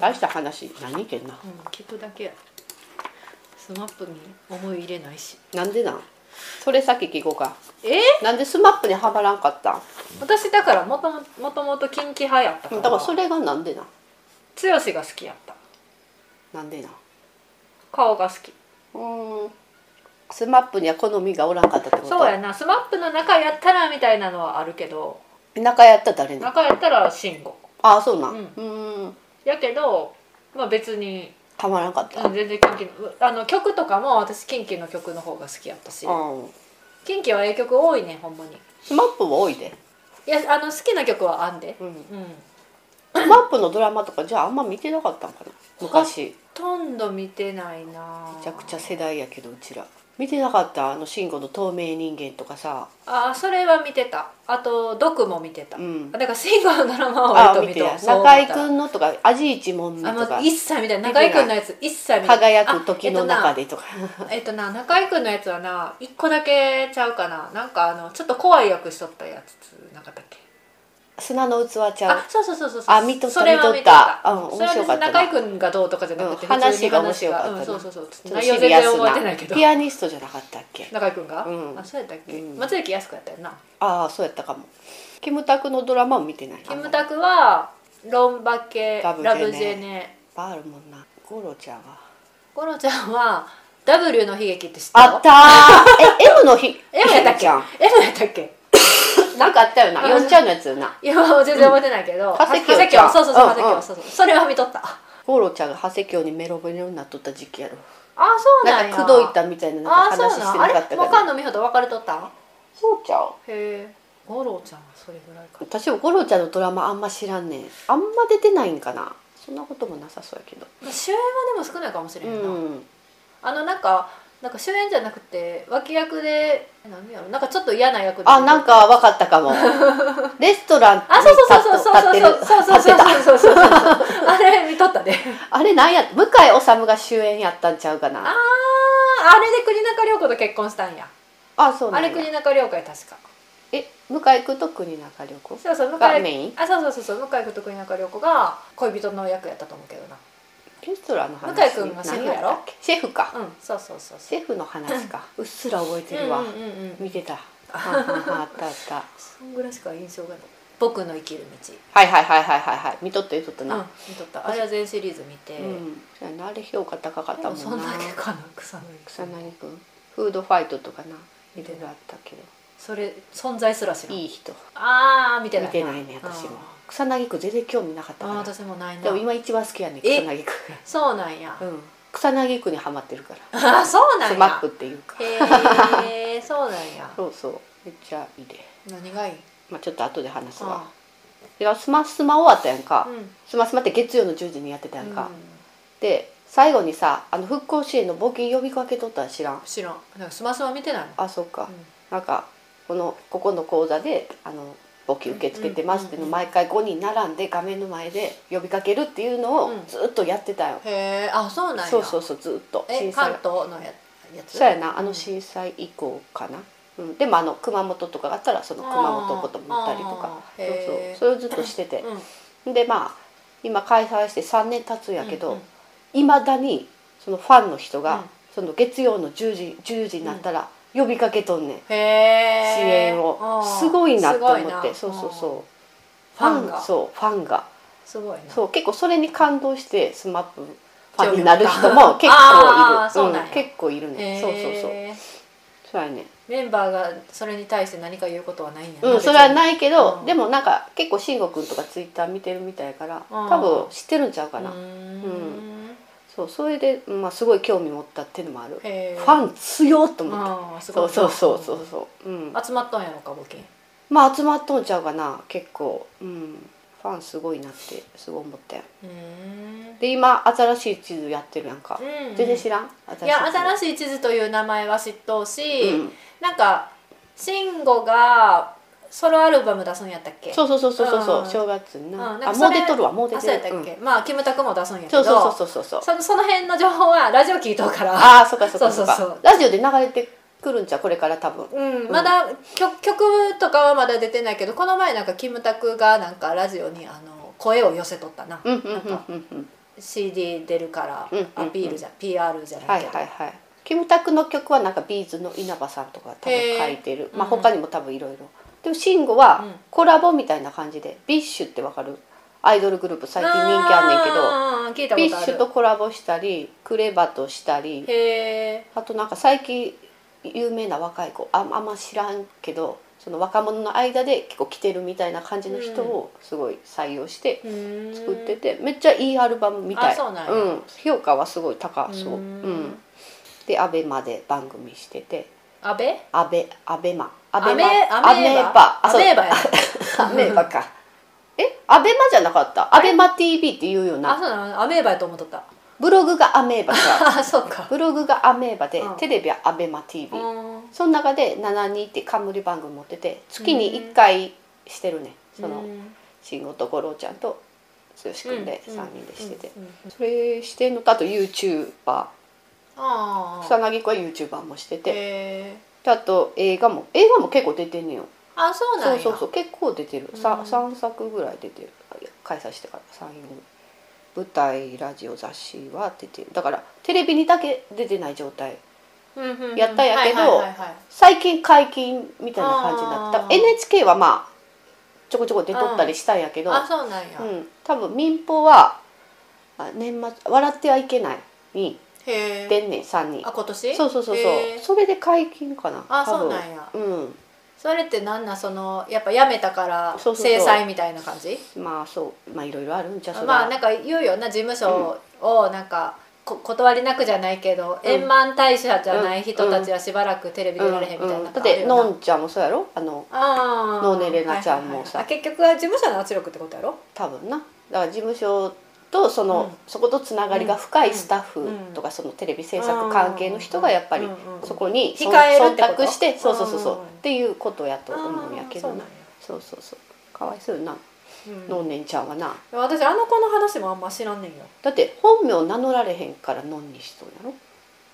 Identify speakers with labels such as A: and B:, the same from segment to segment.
A: 大した話何けんな
B: うん、聞くだけやスマップに思い入れないし
A: なんでなんそれ先聞こうか
B: え
A: なんでスマップにはまらんかったん
B: 私だからもとももともと近畿派やったから
A: だからそれがなんでなん
B: 剛が好きやった
A: なんでなん
B: 顔が好き
A: うーんスマップには好みがおらんかったってこと
B: そうやなスマップの中やったらみたいなのはあるけど
A: 仲やったら誰なん
B: 中やったら慎吾
A: ああそうなん
B: う
A: うんーん
B: やけどまあ別に
A: はまらんかった
B: うん全然近畿のあの曲とかも私近畿の曲の方が好きやったし
A: うん
B: 近畿はええ曲多いねほんまに
A: スマップも多いで、
B: いやあの好きな曲はあんで
A: うん、
B: うんほ
A: スマップのドラマとかじゃああんま見てなかったんかな昔
B: とんど見てないな
A: めちゃくちゃ世代やけどうちら見てなかったあの慎吾の透明人間とかさ
B: あそれは見てたあと「毒」も見てた、
A: う
B: あ
A: ん
B: だから慎吾のドラマは
A: あ
B: 割と
A: 見
B: 見
A: て
B: て
A: や
B: た
A: 中居
B: ん
A: 君のとか味一門の
B: あも
A: と
B: う
A: か
B: 一切見たい中居君のやつ一切見た
A: 輝く時の中
B: で
A: でとか、
B: えっとな,、えっとな中居君のやつはな一個だけちゃうかななんかあのちょっと怖い役しとったやつなかったっけ
A: 砂の器ちゃう
B: あそうそうそうそう
A: あ見とった
B: それは
A: 見とったうん
B: それは
A: 面
B: 別
A: 白かっ
B: に
A: たな
B: 中居君がどうとかじゃなくて、
A: うん
B: 普通に
A: 話が面白かったな
B: うんそうそうそう
A: ちょっと
B: 内容
A: シ
B: 全
A: リア
B: 然
A: ス
B: 覚えてな
A: ない
B: けど
A: ピアニストじゃなかったっけ
B: 中居君が、
A: うん
B: あそうやったっけ、
A: うん
B: 松雪泰子やったよな
A: ああそうやったかもキムタクのドラマも見てない
B: キムタクはロンバケラ
A: ラ
B: ブ
A: ブ
B: ジ
A: ジェネ
B: ェネ
A: あんまあるもんなゴロちゃんが
B: ゴロちゃんは W の悲劇って知ってる
A: あったー え M の日
B: M やったっけ
A: ちゃん
B: M やったっけ
A: なんかあったよなよっちゃんのやつよない
B: やもう全然覚えてないけど、
A: ん
B: は
A: ハセキョウ
B: ハセキョウそうそうそう、
A: うん
B: ハセキョウそうそうそれは見とったあ
A: ゴロちゃんが長谷京にメロメロになっとった時期やろ
B: そうな
A: なんん
B: や
A: か口説いたみたいななん
B: あ
A: か
B: そう
A: 話
B: なん
A: してなかった
B: あれ
A: けど
B: 若野美穂と別れとった
A: そうちゃう
B: へえゴロちゃんはそれぐらいか
A: 私もゴロちゃんのドラマあんま知らんねんあんま出てないんかなそんなこともなさそうやけど
B: まあ主演はでも少ないかもしれ
A: う
B: へんな、
A: ん
B: あのなんかなんか主演じゃなくて脇役で何やろなんかちょっと嫌な役で
A: あなんか分かった かもレストランに
B: あ、そうそうそうそうそう
A: 立っ
B: そうそうそう
A: 立ってた
B: そうそうそうそうそう。 あれ見とったで。
A: あれなんや向井治が主演やったんちゃうか
B: あ
A: な
B: あ、あれで国中涼子と結婚したんや。
A: あそうな
B: あ
A: ん
B: れ
A: や
B: 国中涼子や確か。
A: え向井君と国中涼子
B: そうそう向
A: が
B: 井。
A: メイン
B: あ、そうそうそうそう向井君と国中涼子が恋人の役やったと思うけどな。
A: レストランの話
B: 向井君がシェフやろ
A: 何ったっけシェフか、
B: うん、そうそうそうそ
A: シェフの話かうっすら覚えて
B: う。
A: るわ、
B: うんうんうんうん。
A: 見てたはんはんはんあったあった
B: そんぐらいしか印象がない。僕の生きる
A: はいはいはいはいはいはい見とった見とった
B: 道。うん
A: な、
B: 見とった。あれは全シリーズ見て。
A: うん、そうやなあれ評価高かっ
B: で
A: たも
B: も
A: んな
B: そんだけかな草薙
A: 草薙くんフードファイトとかないろいろあったけど
B: それ存在すら知らん
A: いい人
B: ああ見てない
A: 見てないね私も
B: あ
A: 草薙くん全然興味なかった
B: ー
A: か
B: あー
A: ら
B: 私もないな
A: でも今一番好きやねん草
B: え
A: 薙く
B: そうなんや、
A: ん、うん、草薙くんにハマってるから
B: あそうなんや
A: スマップっていうか
B: へえそうなんや
A: そうそうめっちゃいいで
B: 何がいい
A: まあちょっと後で話すわ
B: あ
A: いやスマスマ終わったやんか、
B: うん
A: スマスマって月曜の10時にやってたやんか、
B: うん
A: で最後にさあの復興支援の募金呼びかけとったら知らん
B: 知らんなんかスマスマ見てないの
A: あそっか、
B: うん
A: なんかこのここの講座であの募金受け付けてますっていうのを毎回5人並んで画面の前で呼びかけるっていうのを
B: うん
A: ずっとやってたよ、
B: へえあそうなんや
A: そうそうそうずっと
B: え
A: 震
B: 関
A: 災
B: 東のややつ
A: そうやなあの震災以降かな、うん、でもあの熊本とかがあったらその熊本ことも言ったりとか
B: あ
A: そ
B: ー
A: う
B: へ
A: そう
B: ー
A: それをずっとしてて
B: う、ん
A: でまあ今開催して3年経つんやけ
B: うん
A: ど
B: うん
A: いま、未だにそのファンの人が、
B: うん
A: その月曜の10時10時になったら呼びかけとんねん
B: へえ
A: 支援をすごいなと思ってそうそう
B: うん
A: そう
B: ファンが
A: そうファンが
B: すごいな
A: そう結構それに感動してスマップファンになる人も結
B: あー
A: 構
B: そう
A: いる
B: なんや
A: 結構いるねそうそうそう
B: へー
A: そうやね
B: メンバーがそれに対して何か言うことはないんや
A: うんそれはいないけ
B: う
A: ど
B: ん
A: でもなんか結構慎吾くんとかツイッター見てるみたいやから
B: うん
A: 多分知ってるんちゃうか
B: か
A: な
B: う
A: うん
B: ん
A: そうそれでまあすごい興味持ったっていうのもある
B: へ
A: フ
B: ー
A: ァン強っと思って
B: あーす
A: そ
B: ご
A: う
B: い
A: そうそうそうそううん
B: 集まったんやろか募金
A: まあ集まっとんちゃうかな結構うんファンすごいなってすごい思ったよ
B: うーん
A: で今新しい地図やってるやんか、
B: うん
A: 全然知らん新しい地図
B: いや新しい地図という名前は知っとうし、
A: うん
B: なんか慎吾がソロアルバム出すんやったっけ
A: そうそうそうそうそうそう
B: うん
A: 正月に
B: う
A: な,、
B: んなんか
A: あ
B: そ
A: もう
B: れ
A: 出とるわもう出
B: あそうやってた
A: る
B: っ
A: うん
B: け、まあキムタクも出すんやけ
A: そ
B: ど
A: うそうそうそうそうそう
B: そのその辺の情報はラジオ聞いとうから
A: ああそっかそっかそっ
B: そうそうそ
A: か
B: う
A: ラジオで流れてくるんちゃうこれから多分
B: うん、まだ曲曲とかはまだ出てないけどこの前なんかキムタクがなんかラジオにあの声を寄せとったな,、
A: うんうんう
B: なん
A: ん
B: か
A: うんうん
B: CD 出るから
A: うんうんうん
B: アピールじゃ、PR じゃな
A: はいい
B: けど、
A: はいはいキムタクの曲はなんかビーズの稲葉さんとか多分書いてる、
B: へー
A: まあ、
B: うんうん
A: 他にも多分いろいろでも慎吾は
B: うん
A: コラボみたいな感じで、ビッシュってわかるアイドルグループ最近人気あんねんけど
B: んけど聞
A: ビ
B: いたこと
A: ッ
B: あ
A: シュ
B: る
A: とコラボしたりクレバとしたり
B: へえ
A: あとなんか最近有名な若い子ああんま知らんけどその若者の間で結構来てるみたいな感じの人をすごい採用して作
B: 作
A: ってて、めっちゃいいアルバムみたい
B: あそうなんや
A: ん評価はすごい高そう
B: う
A: うんん、でアベマで番組してて
B: 安倍
A: アベアベマア
B: アメ
A: アメーバ
B: アメーバや
A: アメーバかえアベマじゃなかったアベマ TV って言うよ
B: あ
A: な
B: そうなのアメーバやと思っとった
A: ブログがアメーバか
B: あ そうか
A: ブログがアメーバで、
B: うん
A: テレビはアベマ TV、
B: うん
A: その中で72って冠番組持ってて月に1回してるね、その慎吾と五郎ちゃんと剛君で
B: うん
A: 3人でしてて、
B: うんうんうん
A: それしてんのとあと YouTuber
B: あ
A: 草
B: あ
A: 薙子は YouTuber もしてて、
B: へえ
A: であと映画も映画も結構出てんねんよ
B: あそうなん
A: そう
B: や
A: そうそう結構出てる、さ
B: うん
A: 三 3, 作ぐらい出てる開催してから34舞台ラジオ雑誌は出てるだからテレビにだけ出てない状態
B: うんうんうん
A: やったんやけど
B: はいはいはいはい
A: 最近解禁みたいな感じになった
B: あー
A: NHK はまあちょこちょこ出とったりしたんやけど、
B: あそうなんや、
A: うん、多分民放はあ年末「笑ってはいけない」に
B: へえ
A: 出んねん3人
B: あ今年
A: そうそうそうそ
B: へ
A: う
B: ー
A: それで解禁かな
B: あ
A: 多
B: そう
A: 分
B: なんや
A: うん
B: それってなんなんそのやっぱやめたから
A: そうそうそう
B: 制裁みたいな感じ
A: まあそうまあいろいろあるんじゃそれは
B: まあなんか言うよな事務所をなんか、こ断りなくじゃないけど、
A: うん
B: 円満退社じゃない人たちはしばらくテレビ出られへんみたいな、
A: うんうんだってのんちゃんもそうやろあの
B: あー
A: のんねれなちゃんもさ
B: はいはいはいあ結局は事務所の圧力ってことやろ
A: 多分なだから事務所とその、
B: うん
A: そことつながりが深いスタッフとか、そのテレビ制作関係の人がやっぱり
B: うんうんうん
A: そこにそ
B: 控えるってこと
A: 忖度してそうそうそうそう
B: うんうん
A: っていうことやと思うんやけど
B: あーそう
A: な
B: なんや
A: そうそうそうかわいそうよな、
B: うん
A: のんねんちゃんはな
B: 私あの子の話もあんま知らんねんよ
A: だって本名名乗られへんからのんにしそうやろ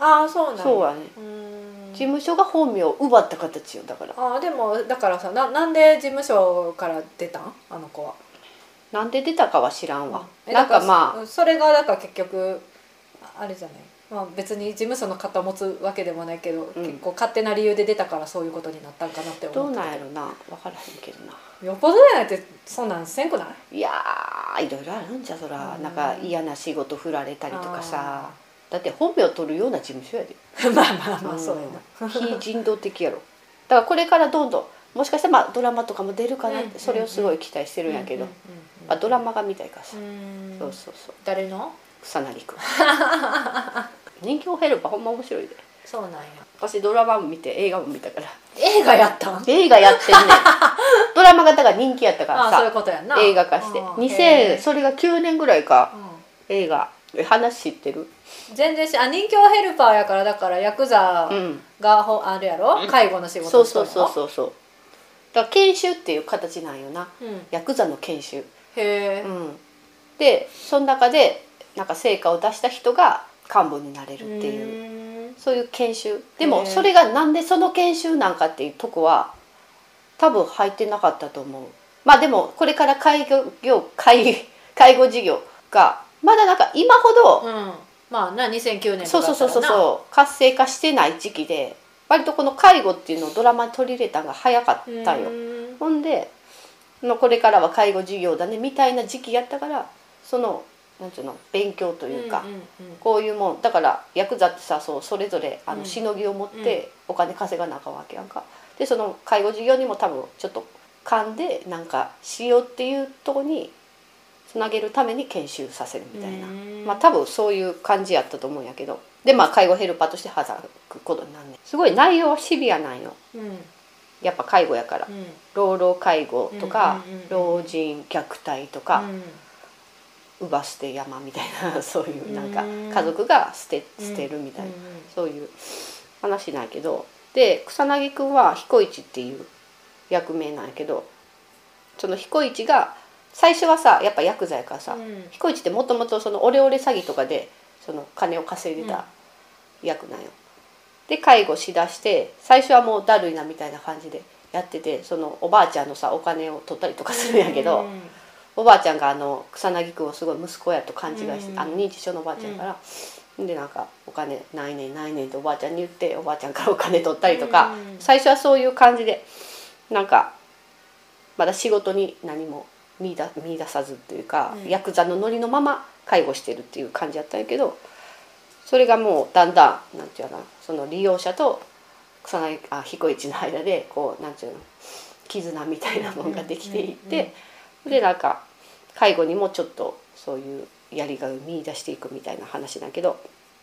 B: ああそうなんや
A: そうやね
B: うーん
A: 事務所が本名を奪った形よだから
B: ああでもだからさななんで事務所から出たんあの子は
A: なんで出たかは知らんわ、
B: え
A: なん
B: だ
A: かまあ
B: らそそれがだから結局ああれじゃない、まあ、別に事務所の肩持つわけでもないけど、
A: うん
B: 結構勝手な理由で出たからそういうことになったんかなって
A: ど
B: 思
A: う
B: って
A: なんやろな分からへんけどな
B: よっぽどじゃないってそんなんせんくない
A: いやーいろいろあるんじゃそら、
B: うん
A: なんか嫌な仕事振られたりとかさだって本名を取るような事務所やで
B: まあまあまあそうや
A: うん非人道的やろだからこれからどんどんもしかしたらまあドラマとかも出るかなっ
B: うんうんう
A: て
B: ん
A: それをすごい期待してるん
B: な
A: やけど、
B: うん
A: まあ、ドラマが見たいからさ、
B: うんうんうん
A: そうそうそう
B: 誰の
A: 草薙 君人気を減ればほんま面白いで
B: そうなんや
A: 私ドラマも見て映画も見たから
B: 映画やったん
A: 映画やってん ねんドラマがだから人気やったか
B: あ
A: ら
B: あそういう
A: さ
B: ことやんな
A: 映画化して
B: うん
A: 2000
B: へ
A: それが9年ぐらいか
B: ーう
A: 映画え話知ってる
B: ん全然しあ人形ヘルパーやからだからヤクザ
A: うん
B: がほ、あるやろ介護の仕事
A: そうそうそう
B: う、
A: そうそうだから研修っていう形なんよな
B: うん、へ
A: ヤクザの研修
B: え、
A: うんでその中でなんか成果を出した人が幹部になれるっていう
B: いう
A: そういう研修で
B: へ
A: も
B: え
A: それがなんでその研修なんかっていうとこは多分入ってなかったと思うまあでもこれから介護業介介護事業がまだなんか今ほど、
B: うんまあな2009年
A: そう
B: とか
A: そう
B: だ
A: そ
B: った
A: う
B: ら
A: そうそう活性化してない時期で割とこの介護っていうのをドラマに取り入れたのが早かっ
B: な
A: たんよ
B: うーん
A: ほんでのこれからは介護事業だねみたいな時期やったからそのなんていうの勉強というか、
B: んんうん
A: こういうもんだからヤクザってさそうそれぞれあ
B: う
A: の
B: ん
A: しのぎを持っ
B: うん
A: てお金稼がなあかんわけやんか。でその介護事業にも多分ちょっと勘でなんかしようっていうとこにつなげるために研修させるみたいな
B: う、ーん
A: まあ多分そういう感じやったと思うんやけどでまあ介護ヘルパーとして働くことになんねんすごい内容はシビアなんよ
B: うんうん
A: やっぱ介護やから老老介護とか、
B: うんうんうんう
A: 老
B: ん
A: 人虐待とか、乳母捨て山みたいな そういうなんか
B: うん
A: 家族が捨て
B: うん
A: 捨てるみたいな、
B: うんうん
A: そういう話なんやけどで草薙くんは彦一っていう役名なんやけどその彦一が最初はさやっぱヤクザやからさ、
B: うん
A: 彦一ってもともとそのオレオレ詐欺とかでその金を稼いでた役なんよ。で介護しだして最初はもうだるいなみたいな感じでやっててそのおばあちゃんのさお金を取ったりとかするんやけど。
B: うん
A: おばあちゃんがあの草薙君をすごい息子やと勘違いして、
B: うん
A: あの認知症のおばあちゃんやから、でなんか「お金ないねんないねん」っておばあちゃんに言っておばあちゃんからお金取ったりとか、
B: うん
A: 最初はそういう感じでなんかまだ仕事に何も見出見出さずっていうか、
B: うん
A: ヤクザのノリのまま介護してるっていう感じやったんやけどそれがもうだんだんなんていうかなその利用者と草薙あ彦一の間でこうなんていうの絆みたいなものができていって、
B: うんうん
A: でなんか介護にもちょっとそういうやりがいを見出していくみたいな話だけど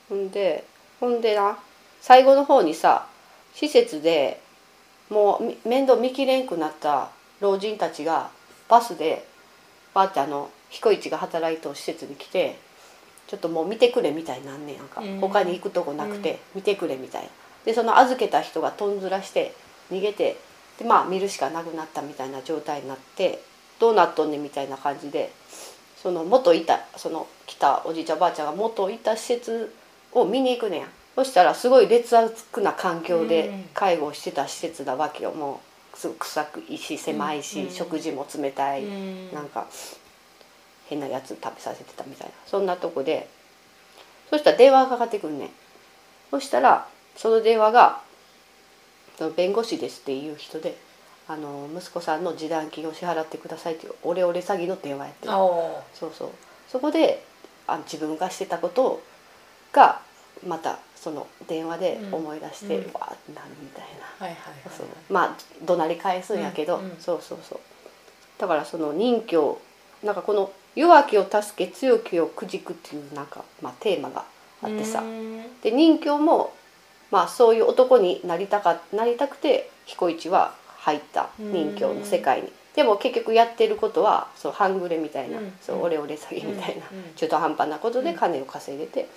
A: ほんでほんでな最後の方にさ施設でもうみ面倒見きれんくなった老人たちがバスでバーってあの彦一が働いとる施設に来てちょっともう見てくれみたいになんねんなんか、
B: うん
A: 他に行くとこなくて見てくれみたいなでその預けた人がとんずらして逃げてでまあ見るしかなくなったみたいな状態になってどうなっとんねんみたいな感じでその元いたその来たおじいちゃんおばあちゃんが元いた施設を見に行くねんそしたらすごい劣悪な環境
B: う
A: で
B: ん
A: 介護してた施設なわけよもうすごく臭くいいし狭いし、
B: うん
A: 食事も冷たい、
B: うん
A: なんか変なやつ食べさせてたみたいなそんなとこでそしたら電話がかかってくんねんそしたらその電話が「その弁護士です」っていう人で「あの息子さんの示談金を支払ってください」っていうオレオレ詐欺の電話やってる
B: あお
A: そうそうそこであ自分がしてたことがまたその電話で思い出して、
B: うんう
A: わ
B: ん
A: あなんみたいな
B: はいはいはい
A: そうまあ怒鳴り返すんやけど、
B: うんうん
A: そうそうそうだからその任侠なんかこの「弱きを助け強きをくじく」っていうなんか、まあ、テーマがあってさ、
B: うん
A: で任侠も、まあ、そういう男になりたかなりたくて彦一は入った任侠の世界に、でも結局やってることはそう半グレみたいな、
B: うん
A: そう
B: うん
A: オレオレ詐欺みたいな、
B: うんうん
A: 中途半端なことで金を稼いでて、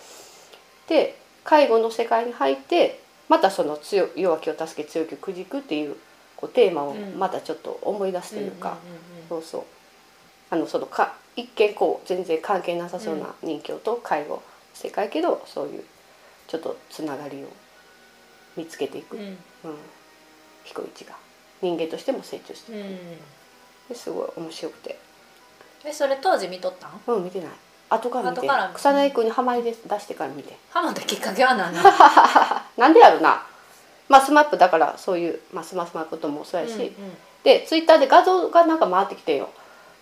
A: で介護の世界に入ってまたその強弱きを助け強きをくじくっていうこうテーマを
B: うん
A: またちょっと思い出すというか、
B: うん
A: そうそうあのそのか一見こう全然関係なさそうな人形と介護の世界やけどそういうちょっとつながりを見つけていく、
B: うんう
A: う
B: ん
A: ん、彦一が人間としても成長してい
B: うんう
A: く
B: ん
A: ですごい面白くて
B: えそれ当時見とったん
A: うん見てない後から見て
B: 後から見て
A: 草薙君にハマりで出してから見て
B: ハマったきっかけは何な
A: なんでやろなまあスマップだからそういう、まあ、スマスマこともそうやし、
B: の
A: でツイッターで画像がなんか回ってきてよ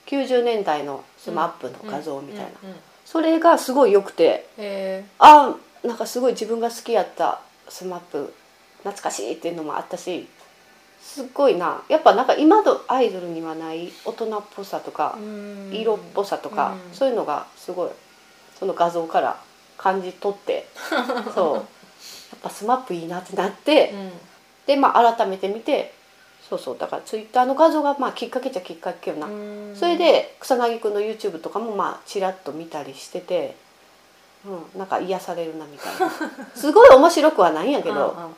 A: 90年代のスマップの画像みたいな、
B: うんうんうん
A: それがすごい良くて
B: へ
A: あーなんかすごい自分が好きやったスマップ懐かしいっていうのもあったしすっごいなやっぱなんか今のアイドルにはない大人っぽさとか
B: ー、うん
A: 色っぽさとか、
B: うん
A: そういうのがすごいその画像から感じ取って そうやっぱスマップいいなってなって、
B: うん
A: でまあ改めて見てそうそうだからツイッターの画像がまあきっかけじゃきっかけよな、
B: うん
A: それで草薙くんの YouTube とかもまあちらっと見たりしてて、うん、なんか癒されるなみたいな すごい面白くはないんやけど、
B: うんうんうん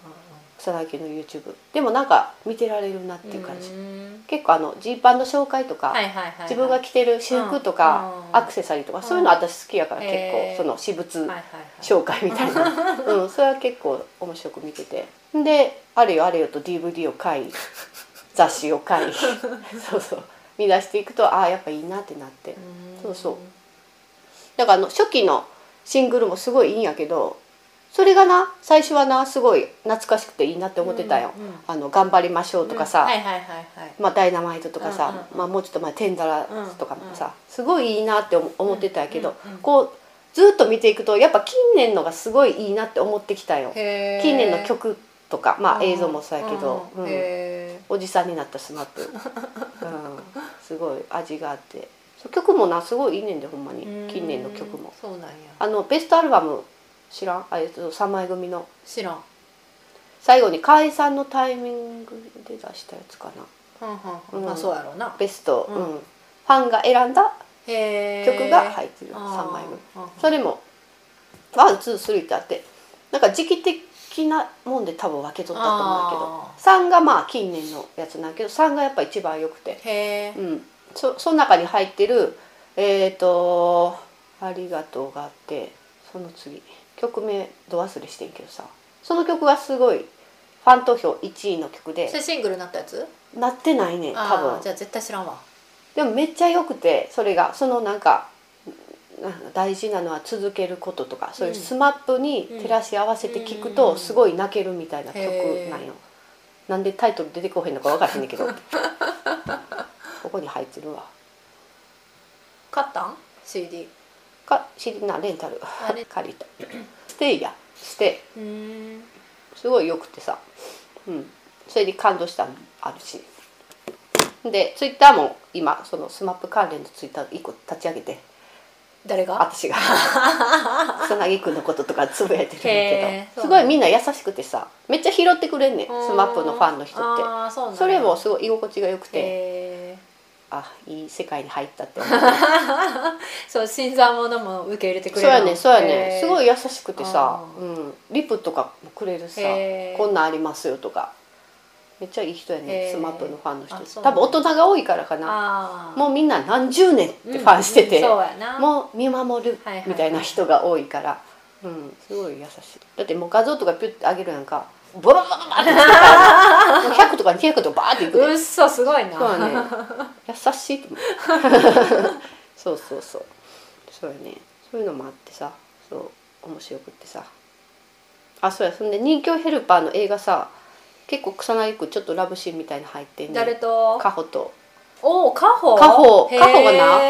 A: 草薙くんの YouTube でもなんか見てられるなっていううん感じ、
B: うん
A: 結構あのジーパンの紹介とか、
B: はいはいはいはい
A: 自分が着てる私服とか、
B: うん
A: アクセサリーとか、そういうの私好きやから
B: うん
A: 結
B: へ
A: 構そ
B: ー
A: の私物
B: はいはいはい
A: 紹介みたい な、うん、それは結構面白く見ててであれよあれよと DVD を買い雑誌を 買いそうそう見出していくとああやっぱいいなってなって
B: うん
A: そうそうだからあの初期のシングルもすごいいいんやけどそれがな最初はなすごい懐かしくていいなって思ってたよ、
B: うんうん
A: あの頑張りましょうとかさ、
B: はいはいはいはい
A: まあ、ダイナマイトとかさ、
B: うんうんうん
A: まあ、もうちょっと前テンダラーとかもさ、
B: うんう
A: すごいいいなって思思ってたけど、
B: うんうんうん
A: こうずっと見ていくとやっぱ近年のがすごいいいなって思ってきたよ
B: へー
A: 近年の曲とか、まあ、
B: うん
A: 映像もそうやけど、
B: うん
A: うん
B: へ
A: おじさんになったスマッ プ、うん、すごい味があってそう曲もなすごいいいねんでほんまに
B: ー
A: 近年の曲も
B: そうなんや
A: あのベストアルバム知らんあえっと3枚組の
B: 知らん
A: 最後に解散のタイミングで出したやつかな
B: はんはんはん
A: うん
B: まあそうやろうな
A: ベスト、
B: う
A: うんんファンが選んだ
B: へー
A: 曲が入ってる
B: あー
A: 3枚組
B: はんはん
A: それもワンツースリーってあってなんか時期的なもんで多分分けとったと思うんだ
B: あ
A: けど3がまあ近年のやつなんやけど3がやっぱ一番良くて、
B: へー
A: うん、そその中に入ってるえっ、ー、と「ありがとう」があってその次曲名ど忘れしてんけどさその曲がすごいファン投票1位の曲
B: それ
A: で
B: シングルになったやつ
A: なってないね
B: あ
A: 多
B: ー
A: 分
B: じゃあ絶対知らんわ
A: でもめっちゃ良くてそれがそのなんかなんか大事なのは続けることとかそういう
B: うん
A: スマップに照らし合わせて聞くと
B: うん
A: すごい泣けるみたいな曲
B: へ
A: なんよ
B: ー。
A: なんでタイトル出てこへんのか分からへんねんけど ここに入ってるわ。
B: 買ったん ?CD
A: か知りなレンタル
B: あレン
A: 借りた。ステイやステイ
B: うーん
A: すごい良くてさ、うん、それで感動したのあるし。でツイッターも今そのスマップ関連のツイッター1個立ち上げて
B: 誰が
A: 私が草薙君のこととかつぶやいてるん
B: へ
A: だ
B: ー
A: けど
B: そ
A: す
B: う
A: ご
B: なんだ
A: いみんな優しくてさめっちゃ拾ってくれんねん SMAP のファンの人って
B: あーそうなんや
A: それもすごい居心地が良くて
B: へー
A: あいい世界に入ったって思う
B: そう新参者も受け入れ てく
A: そう
B: れる
A: やねんそうやねんすご
B: い
A: い優しくてさ
B: あ、
A: うん、リップとかもくれるさ
B: へー
A: こんなんありますよとかめっちゃいい人やね
B: へ
A: ん
B: ー
A: SMAP のファンの
B: あそ
A: 人
B: うな
A: 多分
B: んだ
A: 大人が多いからかな
B: あー
A: もうみんな何十年ってファンしてて、
B: うんうんそうやな
A: も見守る
B: はいはいはい
A: みたいな人が多いから、うん、すごい優しいだってもう画像とかピュッて上げるなんかボロボロボロってもう100とか200とかバーっていくで
B: うっそすごいな
A: そうやね優しいと思う そうそうそうそうやねそういうのもあってさそう面白くってさあそうやそんで「人形ヘルパー」の映画さ結構草薙くんちょっとラブシーンみたいなの入ってんね
B: 誰と
A: カホと
B: おおカホ
A: カホ
B: へー
A: カホがな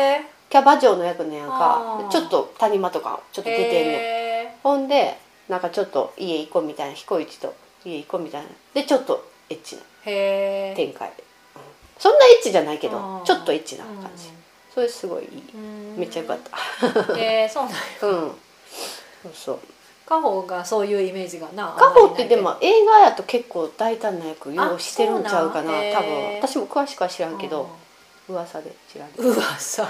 A: キャバ嬢の役のやん
B: あ
A: か
B: ー
A: ちょっと谷間とかちょっと出てんねん
B: へ
A: ほんでなんかちょっと家行こうみたいな彦一と家行こうみたいなでちょっとエッチな
B: ーへー
A: 展開で、うんそんなエッチじゃないけ
B: あ
A: ど
B: ー
A: ちょっとエッチな感じ、それすごいいい
B: うん
A: めっちゃよかった
B: へーそうなんや
A: うんそうそう
B: カホがそういうイメージがな
A: カホってで
B: あんま
A: も映画やと結構大胆な役用意してるんちゃうかな
B: あそうなん
A: 多
B: へ
A: 分
B: ー
A: 私も詳しくは知ら
B: り
A: ん
B: ない
A: けど噂で知らんけど
B: うんうわさ